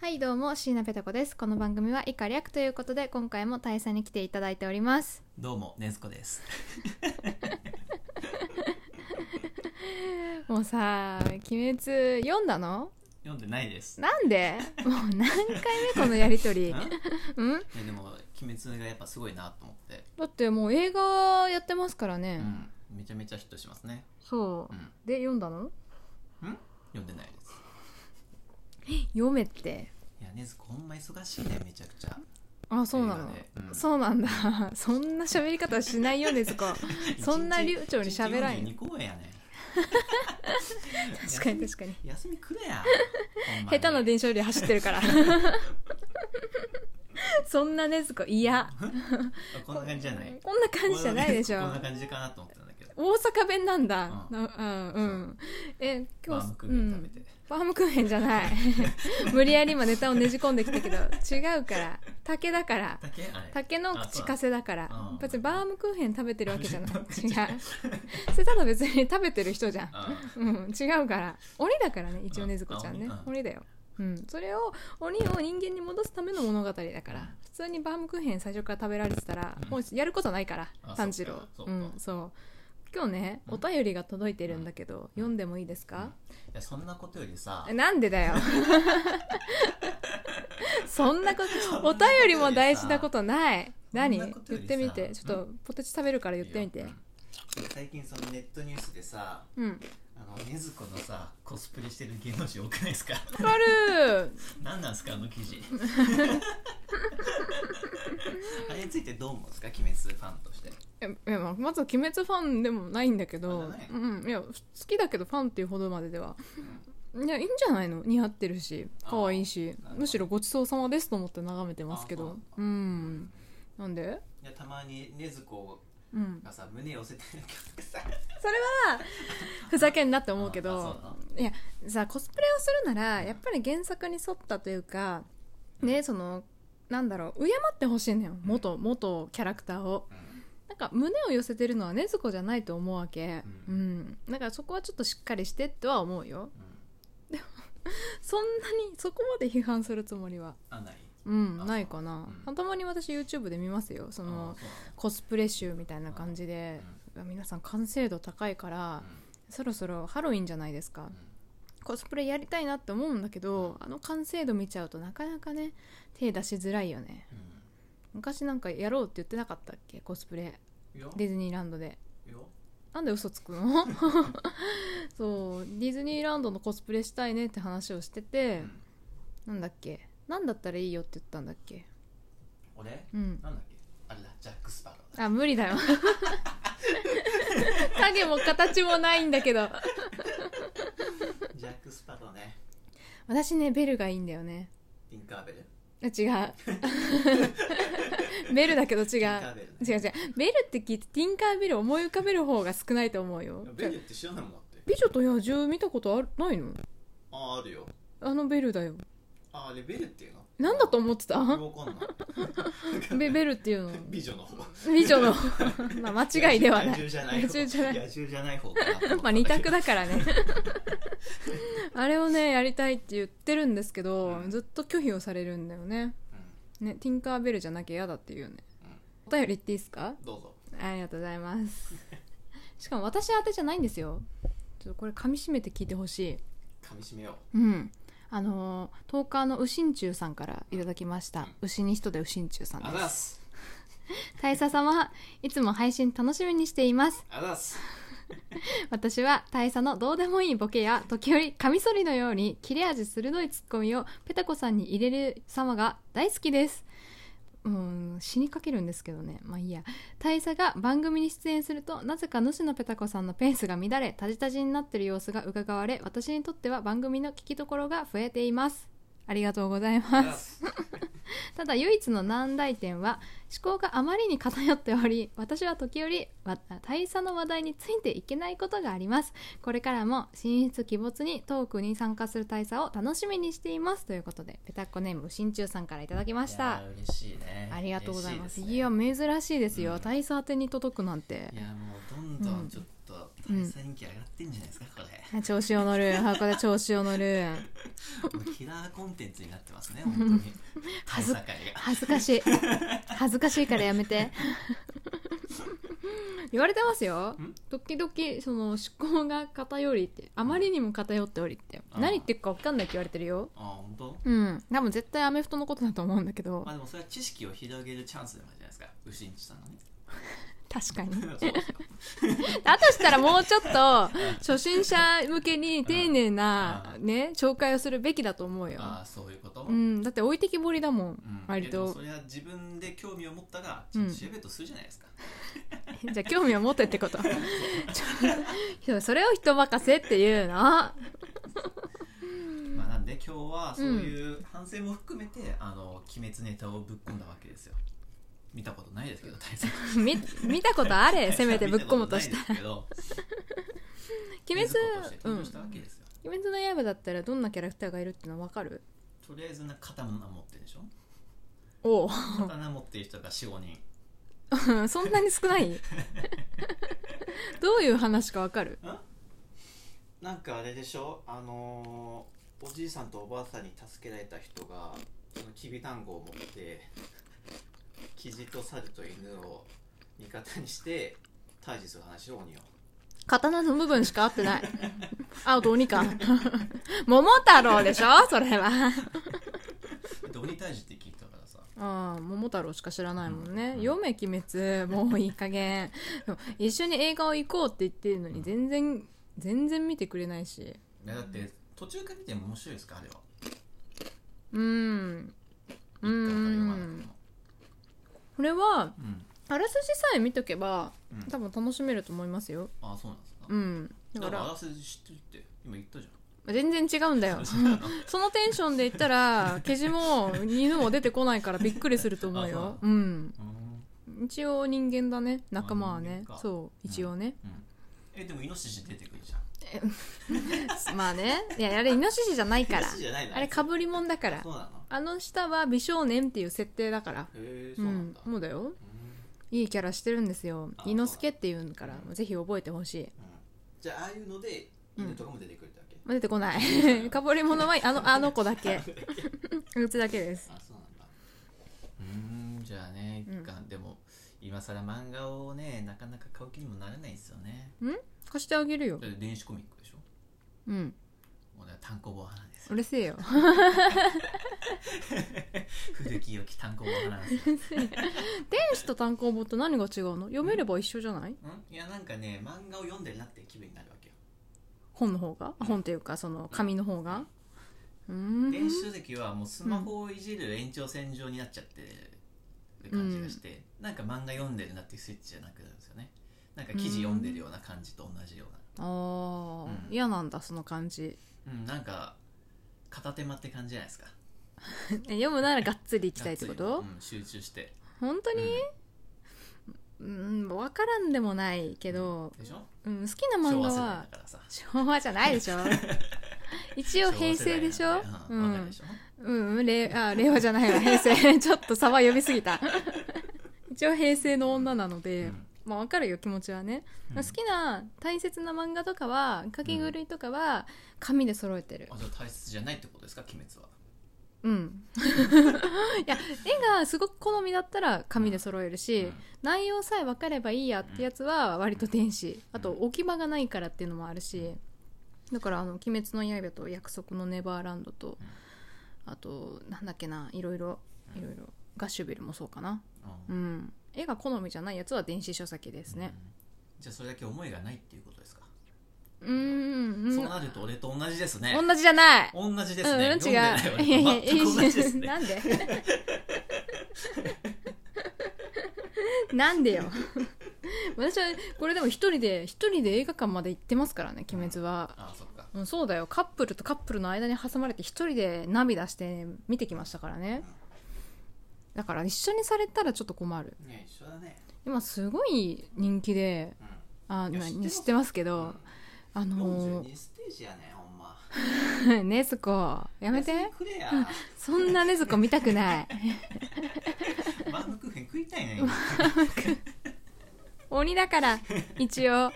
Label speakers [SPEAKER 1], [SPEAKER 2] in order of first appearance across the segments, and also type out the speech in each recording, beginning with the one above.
[SPEAKER 1] はいどうも椎名ペタ子ですこの番組は以下略ということで今回も大佐に来ていただいております
[SPEAKER 2] どうも、ねずこです。
[SPEAKER 1] もうさ「鬼滅」読んだの
[SPEAKER 2] 読んでないです。
[SPEAKER 1] なんでもう何回目このやりと り
[SPEAKER 2] ん
[SPEAKER 1] うん
[SPEAKER 2] えでも、鬼滅がやっぱすごいなと思って、
[SPEAKER 1] だってもう映画やってますからね、
[SPEAKER 2] うん、めちゃめちゃヒットしますね。
[SPEAKER 1] そう、
[SPEAKER 2] うん
[SPEAKER 1] で読んだの
[SPEAKER 2] 読んでないです。
[SPEAKER 1] 読めって
[SPEAKER 2] いや、ねずこほんま忙しいね、めちゃくちゃ。
[SPEAKER 1] あそうなの、
[SPEAKER 2] 映画でうん
[SPEAKER 1] そうなんだそんな喋り方しないよねず こそんな流暢に喋らんよ
[SPEAKER 2] 2公演やね。
[SPEAKER 1] 確かに確かに
[SPEAKER 2] 休みくれや。ほん ま
[SPEAKER 1] 下
[SPEAKER 2] に
[SPEAKER 1] 手な電車より走ってるから そんなねずこ嫌
[SPEAKER 2] あ こんな感じじゃない。
[SPEAKER 1] こんな感じじゃないでしょ
[SPEAKER 2] こんな感じかなと思ってたんだけど。
[SPEAKER 1] 大阪弁なんだ、
[SPEAKER 2] う
[SPEAKER 1] なうん、うんえ今
[SPEAKER 2] バ
[SPEAKER 1] 日
[SPEAKER 2] ームクーヘン食べて。
[SPEAKER 1] うん、バームクーヘンじゃ ない無理やり今ネタをねじ込んできたけど違うから竹だから
[SPEAKER 2] 竹あれ。
[SPEAKER 1] 竹の口かせだから
[SPEAKER 2] あうん
[SPEAKER 1] 別にバームクーヘン食べてるわけじゃない違
[SPEAKER 2] 違う
[SPEAKER 1] うそれただ別に食べてる人じゃん
[SPEAKER 2] あ
[SPEAKER 1] うん、違うから鬼だからね一応ねずこちゃんね
[SPEAKER 2] あ鬼うん
[SPEAKER 1] 鬼だよ、うん、それを鬼を人間に戻すための物語だから普通にバームクーヘン最初から食べられてたら
[SPEAKER 2] うん
[SPEAKER 1] もうやることないから
[SPEAKER 2] あ
[SPEAKER 1] 炭治郎
[SPEAKER 2] そ
[SPEAKER 1] う
[SPEAKER 2] っかそっ
[SPEAKER 1] ん
[SPEAKER 2] か
[SPEAKER 1] そう今日ね
[SPEAKER 2] うん
[SPEAKER 1] お便りが届いてるんだけど読んでもいいですか
[SPEAKER 2] いや、そんなことよりさ
[SPEAKER 1] え、なんでだ よそんなことお便りも大事なことない何
[SPEAKER 2] そんなこと
[SPEAKER 1] 言
[SPEAKER 2] よ
[SPEAKER 1] っ
[SPEAKER 2] りさ
[SPEAKER 1] てみてちょっ
[SPEAKER 2] う
[SPEAKER 1] とポテチ食べるから言ってみ
[SPEAKER 2] いい
[SPEAKER 1] て
[SPEAKER 2] ようん最近そのネットニュースでさ、
[SPEAKER 1] うん
[SPEAKER 2] あの禰豆子のさコスプレしてる芸能人多くないですか
[SPEAKER 1] わかる
[SPEAKER 2] 何なんですかあの記 事あれについてどう思うんですか鬼滅ファンとして
[SPEAKER 1] いやいやまあまずは鬼滅ファンでもないんだけど、
[SPEAKER 2] あじゃない
[SPEAKER 1] うん、いや好きだけどファンっていうほどまででは、いやいいんじゃないの似合ってるし
[SPEAKER 2] あー
[SPEAKER 1] 可愛いし
[SPEAKER 2] ほど
[SPEAKER 1] むしろごちそうさまですと思って眺めてますけど
[SPEAKER 2] あ
[SPEAKER 1] う
[SPEAKER 2] そ
[SPEAKER 1] んなんで、
[SPEAKER 2] いやたまに禰豆子
[SPEAKER 1] うん、
[SPEAKER 2] がさ胸寄せてるけどさ
[SPEAKER 1] それはふざけんなって思うけ
[SPEAKER 2] あそ
[SPEAKER 1] ど
[SPEAKER 2] うない
[SPEAKER 1] やさコスプレをするならやっぱり原作に沿ったというかねそのなんだろう敬ってほしいのよ元元キャラクターを。なんか胸を寄せてるのは禰豆子じゃないと思うわけう、
[SPEAKER 2] うん
[SPEAKER 1] だからそこはちょっとしっかりしてとは思うよ
[SPEAKER 2] うん、うん、
[SPEAKER 1] そんなにそこまで批判するつもりは
[SPEAKER 2] あない
[SPEAKER 1] うん
[SPEAKER 2] あ
[SPEAKER 1] ないかな
[SPEAKER 2] そう、う
[SPEAKER 1] たまに私 YouTube で見ますよそ
[SPEAKER 2] あ
[SPEAKER 1] の
[SPEAKER 2] そう
[SPEAKER 1] コスプレ集みたいな感じで、皆さん完成度高いから
[SPEAKER 2] なの、
[SPEAKER 1] そろそろハロウィンじゃないですか
[SPEAKER 2] うんう
[SPEAKER 1] コスプレやりたいなって思うんだけどあの完成度見ちゃうとなかなかね手出しづらいよね
[SPEAKER 2] ん
[SPEAKER 1] 昔なんかやろうって言ってなかったっけコスプレ
[SPEAKER 2] うんよ
[SPEAKER 1] ディズニーランドで
[SPEAKER 2] よ
[SPEAKER 1] なんで嘘つく のそうディズニーランドのコスプレしたいねって話をして
[SPEAKER 2] う
[SPEAKER 1] て、
[SPEAKER 2] ん
[SPEAKER 1] なんだっけなんだったらいいよって言ったんだっけ
[SPEAKER 2] 俺
[SPEAKER 1] うん
[SPEAKER 2] なんだっけあれだジャック・スパローだ
[SPEAKER 1] あ無理 だよ影も形もないんだけど
[SPEAKER 2] ジャック・スパローね
[SPEAKER 1] 私ねベルがいいんだよね
[SPEAKER 2] ティンカーベル
[SPEAKER 1] あ違 うベルだけど違
[SPEAKER 2] テ
[SPEAKER 1] う
[SPEAKER 2] ィンカーベルね
[SPEAKER 1] 違う違うベルって聞いてティンカーベルを思い浮かべる方が少ないと思うよ
[SPEAKER 2] ベルって知らないもんだって
[SPEAKER 1] 美女と野獣見たことあるないの
[SPEAKER 2] ああるよ
[SPEAKER 1] あのベルだよ
[SPEAKER 2] ああれベルっていうの
[SPEAKER 1] なんだと思ってた
[SPEAKER 2] わかんない
[SPEAKER 1] ベベルっていうの
[SPEAKER 2] 美女の方
[SPEAKER 1] 美女のまあ間違いではない
[SPEAKER 2] 野獣じゃない
[SPEAKER 1] 野獣じゃない
[SPEAKER 2] 野獣じゃない方かなと思っ た
[SPEAKER 1] まあ二択だからねあれをねやりたいって言ってるんですけど、
[SPEAKER 2] うん
[SPEAKER 1] ずっと拒否をされるんだよね
[SPEAKER 2] うん
[SPEAKER 1] ねティンカーベルじゃなきゃ嫌だっていうよねお
[SPEAKER 2] うん
[SPEAKER 1] 便り言っていいですか
[SPEAKER 2] どうぞ
[SPEAKER 1] ありがとうございます しかも私宛てじゃないんですよちょっとこれ噛み締めて聞いてほしい
[SPEAKER 2] 噛み締めよ
[SPEAKER 1] うんあのートーカーの右心中さんからいただきました牛に人で右心中さ
[SPEAKER 2] うんあ
[SPEAKER 1] で
[SPEAKER 2] ざっ
[SPEAKER 1] す
[SPEAKER 2] す
[SPEAKER 1] 大佐様いつも配信楽しみにしています
[SPEAKER 2] あざっす
[SPEAKER 1] 私は大佐のどうでもいいボケや時折カミソリのように切れ味鋭いツッコミをペタコさんに入れる様が大好きですうーん死にかけるんですけどねまあいいや大佐が番組に出演するとなぜか主のペタコさんのペースが乱れタジタジになってる様子が伺われ私にとっては番組の聞きどころが増えていますありがとうござい
[SPEAKER 2] あ
[SPEAKER 1] ま
[SPEAKER 2] ざっ
[SPEAKER 1] す
[SPEAKER 2] す
[SPEAKER 1] ただ唯一の難題点は思考があまりに偏っており私は時折わ大佐の話題についていけないことがありますこれからも進出鬼没にトークに参加する大佐を楽しみにしていますということでペタッコネーム新中さんからいただきまし
[SPEAKER 2] い
[SPEAKER 1] た
[SPEAKER 2] やー嬉しいね
[SPEAKER 1] ありがとうございますい
[SPEAKER 2] 嬉しでね
[SPEAKER 1] や珍しいですよ、
[SPEAKER 2] うん
[SPEAKER 1] 大佐宛てに届くなんて
[SPEAKER 2] いやもうどんどんちょっと
[SPEAKER 1] うん
[SPEAKER 2] 大佐人気上がってんじゃないですかこれ
[SPEAKER 1] あ調子を乗 る箱で調子を乗る
[SPEAKER 2] もうキラーコンテンツになってますね本当に 大
[SPEAKER 1] 恥ず
[SPEAKER 2] 佐会が
[SPEAKER 1] 恥ずか しい恥ずかしいからやめて言われてますよ
[SPEAKER 2] ん
[SPEAKER 1] 時々その思考が偏りってあまりにも偏っておりって
[SPEAKER 2] あー
[SPEAKER 1] 何言ってるか分かんないって言われてるよ
[SPEAKER 2] ああ本当
[SPEAKER 1] うん多分絶対アメフトのことだと思うんだけど
[SPEAKER 2] まあでもそれは知識を広げるチャンスでもあるじゃないですか牛んちさんの ね
[SPEAKER 1] 確 かに
[SPEAKER 2] そうですよ
[SPEAKER 1] だとしたらもうちょっと初心者向けに丁寧な
[SPEAKER 2] う
[SPEAKER 1] ね紹介をするべきだと思うよ
[SPEAKER 2] ああそういうこと、
[SPEAKER 1] うんだって置いてきぼりだ もん
[SPEAKER 2] うん
[SPEAKER 1] 割
[SPEAKER 2] いやでも
[SPEAKER 1] と
[SPEAKER 2] それは自分で興味を持ったらちょっと調べるとするじゃないですか、
[SPEAKER 1] じゃあ興味を持ってって ことち ょそれを人任せっていうの
[SPEAKER 2] まあ、なんで今日はそういう反省も含めて、あの鬼滅ネタをぶっ込んだわけですよ見たことないですけど大佐
[SPEAKER 1] み見たことあ れせめてぶっ込もうとした
[SPEAKER 2] 見ことないですけど
[SPEAKER 1] 鬼滅
[SPEAKER 2] 禰豆子として
[SPEAKER 1] うん
[SPEAKER 2] 登場したわけですよ、
[SPEAKER 1] 鬼滅の刃だったらどんなキャラクターがいるってのわかる
[SPEAKER 2] とりあえずな刀持ってるでしょ
[SPEAKER 1] おう
[SPEAKER 2] 刀持ってる人が45 人
[SPEAKER 1] そんなに少ない どういう話かわかる
[SPEAKER 2] なんかあれでしょあのーおじいさんとおばあさんに助けられた人がそのきびだんごを持って キジと猿と犬を味方にして退治する話を鬼を
[SPEAKER 1] 刀の部分しか合って ないああと鬼か 桃太郎でしょそれは
[SPEAKER 2] だって鬼退治って聞いたからさ
[SPEAKER 1] ああ桃太郎しか知らないもんね
[SPEAKER 2] うん
[SPEAKER 1] 「読め鬼滅」もういい加減でも一緒に映画を行こうって言ってるのに全然全然見てくれないし
[SPEAKER 2] いやだって途中から見ても面白いですかあれは
[SPEAKER 1] うん
[SPEAKER 2] 一回から読まなくても
[SPEAKER 1] これは
[SPEAKER 2] うん
[SPEAKER 1] あらすじさえ見とけば
[SPEAKER 2] うん
[SPEAKER 1] 多分楽しめると思いますよ
[SPEAKER 2] あそうなんですか
[SPEAKER 1] うんだ
[SPEAKER 2] だ
[SPEAKER 1] か
[SPEAKER 2] からあ
[SPEAKER 1] ら
[SPEAKER 2] らすじ知ってるって今言ったじ
[SPEAKER 1] 全然違うんだ よ
[SPEAKER 2] ゃ んそうなの
[SPEAKER 1] そのテンションで言ったらケジも犬も出てこないからびっくりすると思うよ
[SPEAKER 2] あ
[SPEAKER 1] う
[SPEAKER 2] そ
[SPEAKER 1] ん
[SPEAKER 2] うん
[SPEAKER 1] 一応人間だね仲間はね
[SPEAKER 2] あ人間か
[SPEAKER 1] そう一応ね、
[SPEAKER 2] うんえでもイノシシ出てくるじゃん
[SPEAKER 1] まあねいやあれイノシシじゃないか
[SPEAKER 2] イ
[SPEAKER 1] ら
[SPEAKER 2] ノシシじゃないの
[SPEAKER 1] あれかぶりもんだから
[SPEAKER 2] そうなの
[SPEAKER 1] あの下は美少年っていう設定だから
[SPEAKER 2] へえ
[SPEAKER 1] う
[SPEAKER 2] そうなん
[SPEAKER 1] ん
[SPEAKER 2] だ
[SPEAKER 1] もうだよ
[SPEAKER 2] うん
[SPEAKER 1] いいキャラしてるんですよ
[SPEAKER 2] あ
[SPEAKER 1] 伊之助っていうんからぜひ覚えてほしい
[SPEAKER 2] じゃあああいうので犬とかも出てくるってわけ、
[SPEAKER 1] まあ出てこない かぶり物はあのあの子だけ うちだけです
[SPEAKER 2] あそうなんだうーんじゃあね
[SPEAKER 1] うん
[SPEAKER 2] 一巻、でも今更漫画をねなかなか買う気にもならないんですよね
[SPEAKER 1] 貸してあげるよ
[SPEAKER 2] だって電子コミックでしょ
[SPEAKER 1] うん
[SPEAKER 2] もうだから単行本派なんですよ
[SPEAKER 1] うるせえよ
[SPEAKER 2] 古き良き単行本派なんですよ
[SPEAKER 1] 天使と単行本と何が違うの読めれば一緒じゃない
[SPEAKER 2] んいやなんかね漫画を読んでるなって気分になるわけよ
[SPEAKER 1] 本の方が本っていうかその紙の方がうーん
[SPEAKER 2] 電子書籍はもうスマホをいじる延長線上になっちゃってる感じがして、なんか漫画読んでるなっていうスイッチじゃなくなるんですよねなんか記事読んでるような感じと同じような
[SPEAKER 1] あー
[SPEAKER 2] うん
[SPEAKER 1] 嫌なんだその感じ
[SPEAKER 2] うん、なんか片手間って感じじゃないですか
[SPEAKER 1] え読むならがっつりいきたいってこ
[SPEAKER 2] がっ
[SPEAKER 1] と
[SPEAKER 2] つりうん、集中して
[SPEAKER 1] 本当に
[SPEAKER 2] うん
[SPEAKER 1] うん分からんでもないけど、
[SPEAKER 2] でしょ
[SPEAKER 1] うん、好きな漫
[SPEAKER 2] 昭和
[SPEAKER 1] 画
[SPEAKER 2] 世代
[SPEAKER 1] は
[SPEAKER 2] だからさ
[SPEAKER 1] 昭和じゃないでしょ一応平成でしょ
[SPEAKER 2] 昭和世代なんで
[SPEAKER 1] う
[SPEAKER 2] うんわかる
[SPEAKER 1] ん
[SPEAKER 2] でしょ
[SPEAKER 1] うんうん令あ令和じゃないわ平成ちょっとサバ呼びすぎ た一応平成の女なので、
[SPEAKER 2] うん
[SPEAKER 1] まあ分かるよ気持ちはね、
[SPEAKER 2] う
[SPEAKER 1] 好
[SPEAKER 2] ん
[SPEAKER 1] きな大切な漫画とかは書き狂いとかは紙で揃えてる
[SPEAKER 2] あじゃあ大切じゃないってことですか鬼滅は
[SPEAKER 1] うん いや絵がすごく好みだったら紙で揃えるし、
[SPEAKER 2] うん
[SPEAKER 1] 内容さえ分かればいいやってやつは割と電子あと
[SPEAKER 2] う
[SPEAKER 1] 置き場がないからっていうのもあるしだから「あの鬼滅の刃」と「約束のネバーランドと」あとなんだっけないろいろいろいろガッシュビルもそうかな
[SPEAKER 2] う
[SPEAKER 1] うんん絵が好みじゃないやつは電子書籍ですね
[SPEAKER 2] じゃあそれだけ思いがないっていうことですか、
[SPEAKER 1] うんうん
[SPEAKER 2] そうなると俺と同じですね
[SPEAKER 1] 同じじゃない
[SPEAKER 2] 同じで
[SPEAKER 1] う
[SPEAKER 2] す
[SPEAKER 1] ん
[SPEAKER 2] ね、
[SPEAKER 1] 違ういや
[SPEAKER 2] 読ん
[SPEAKER 1] いや
[SPEAKER 2] でないい
[SPEAKER 1] や
[SPEAKER 2] 俺と全く同じですね
[SPEAKER 1] なん でなんでよ私はこれでも一人で一人で映画館まで行ってますからね鬼滅は、
[SPEAKER 2] あそっか
[SPEAKER 1] うん、そうだよカップルとカップルの間に挟まれて一人で涙して見てきましたからねだから一緒にされたらちょっと困る
[SPEAKER 2] ね一緒だね、
[SPEAKER 1] 今すごい人気で
[SPEAKER 2] う
[SPEAKER 1] あ
[SPEAKER 2] いや知って
[SPEAKER 1] な
[SPEAKER 2] ます
[SPEAKER 1] 知ってますけ
[SPEAKER 2] ん
[SPEAKER 1] ど、あの
[SPEAKER 2] 42ステージやねほんま
[SPEAKER 1] ー ねずこやめ
[SPEAKER 2] 安
[SPEAKER 1] て
[SPEAKER 2] いくれや
[SPEAKER 1] そんなねずこ見たくない
[SPEAKER 2] バームクーヘン食いたいね
[SPEAKER 1] 鬼だから一応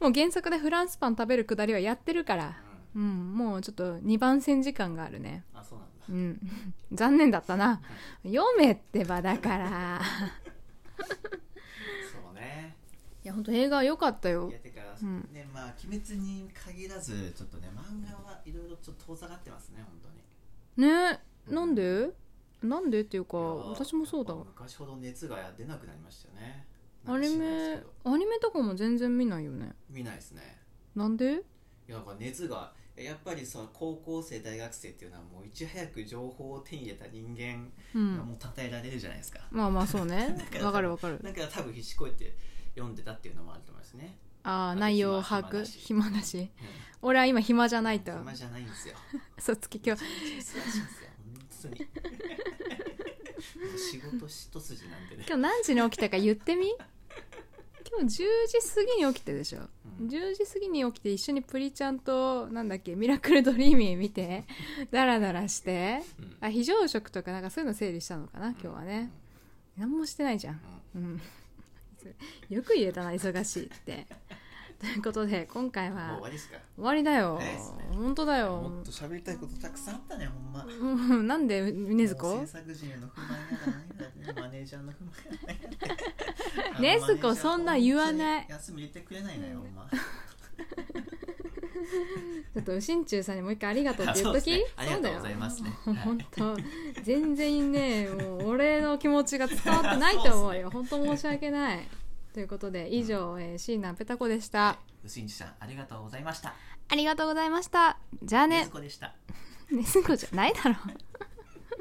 [SPEAKER 1] もう原作でフランスパン食べるくだりはやってるから
[SPEAKER 2] う
[SPEAKER 1] うんもうちょっと2番線時間があるね
[SPEAKER 2] ん、あそうなんだ
[SPEAKER 1] うん残念だったな読めってばだから
[SPEAKER 2] そうね
[SPEAKER 1] いや本当映画は良かったよ
[SPEAKER 2] いやてか、
[SPEAKER 1] うん
[SPEAKER 2] ねまあ鬼滅に限らずちょっとね漫画はいろいろちょっと遠ざかってますね本当に
[SPEAKER 1] ねなんでなんでっていうか
[SPEAKER 2] いや
[SPEAKER 1] 私もそうだ
[SPEAKER 2] やっぱ昔ほど熱が出なくなりましたよね
[SPEAKER 1] アニ
[SPEAKER 2] なんか知らないで
[SPEAKER 1] メ
[SPEAKER 2] すけど
[SPEAKER 1] アニメとかも全然見ないよね
[SPEAKER 2] 見ないですね
[SPEAKER 1] なんで
[SPEAKER 2] いやなんか熱がえやっぱりさ高校生大学生っていうのはもういち早く情報を手に入れた人間
[SPEAKER 1] う
[SPEAKER 2] が
[SPEAKER 1] ん
[SPEAKER 2] もう称えられるじゃないですか、
[SPEAKER 1] まあまあそうね
[SPEAKER 2] だから
[SPEAKER 1] わかるわかる
[SPEAKER 2] だから多分必死こいて読んでたっていうのもあると思いますね、
[SPEAKER 1] ああ
[SPEAKER 2] あ
[SPEAKER 1] 内容を
[SPEAKER 2] 暇
[SPEAKER 1] 把握
[SPEAKER 2] 暇だし
[SPEAKER 1] 暇だし
[SPEAKER 2] うん
[SPEAKER 1] 俺は今暇じゃないと
[SPEAKER 2] 暇じゃないんですよ
[SPEAKER 1] 嘘つき今日
[SPEAKER 2] めちゃめちゃ忙しいんですよ本当にもう仕事一筋なんでね、
[SPEAKER 1] 今日何時に起きたか言ってみ今日10時過ぎに起きてでしょ
[SPEAKER 2] うん
[SPEAKER 1] 10時過ぎに起きて一緒にプリちゃんとなんだっけミラクルドリーミー見てダラダラして
[SPEAKER 2] うん
[SPEAKER 1] あ非常食とかなんかそういうの整理したのかな今日はね、何もしてないじゃん
[SPEAKER 2] うんうん
[SPEAKER 1] うん、 よく言えたな忙しいってということで今回
[SPEAKER 2] もう終
[SPEAKER 1] は
[SPEAKER 2] わりですか
[SPEAKER 1] 終わりだよ、
[SPEAKER 2] 早いっすね
[SPEAKER 1] 本当だよ
[SPEAKER 2] もっと喋りたいことたくさんあったねほんま
[SPEAKER 1] うん なんで禰豆
[SPEAKER 2] も
[SPEAKER 1] 子
[SPEAKER 2] う制作陣への不満やら何やらねマネージャーの不満やら何や
[SPEAKER 1] ね
[SPEAKER 2] ら
[SPEAKER 1] ずこそんな言わない
[SPEAKER 2] 休み入れてくれないのよほんま
[SPEAKER 1] ちょっと心中さんにもう一回ありがとうって言っとき
[SPEAKER 2] そうですねありがとうございますね
[SPEAKER 1] そうだよ
[SPEAKER 2] はい
[SPEAKER 1] 本当全然ねもう俺の気持ちが伝わってないと思うよ本当申し訳ないということで以上、えー、シーナペタコでした
[SPEAKER 2] 薄いんちさんありがとうございました
[SPEAKER 1] ありがとうございましたじゃあ
[SPEAKER 2] ね
[SPEAKER 1] ね
[SPEAKER 2] ずこでした
[SPEAKER 1] ねずこじゃないだろ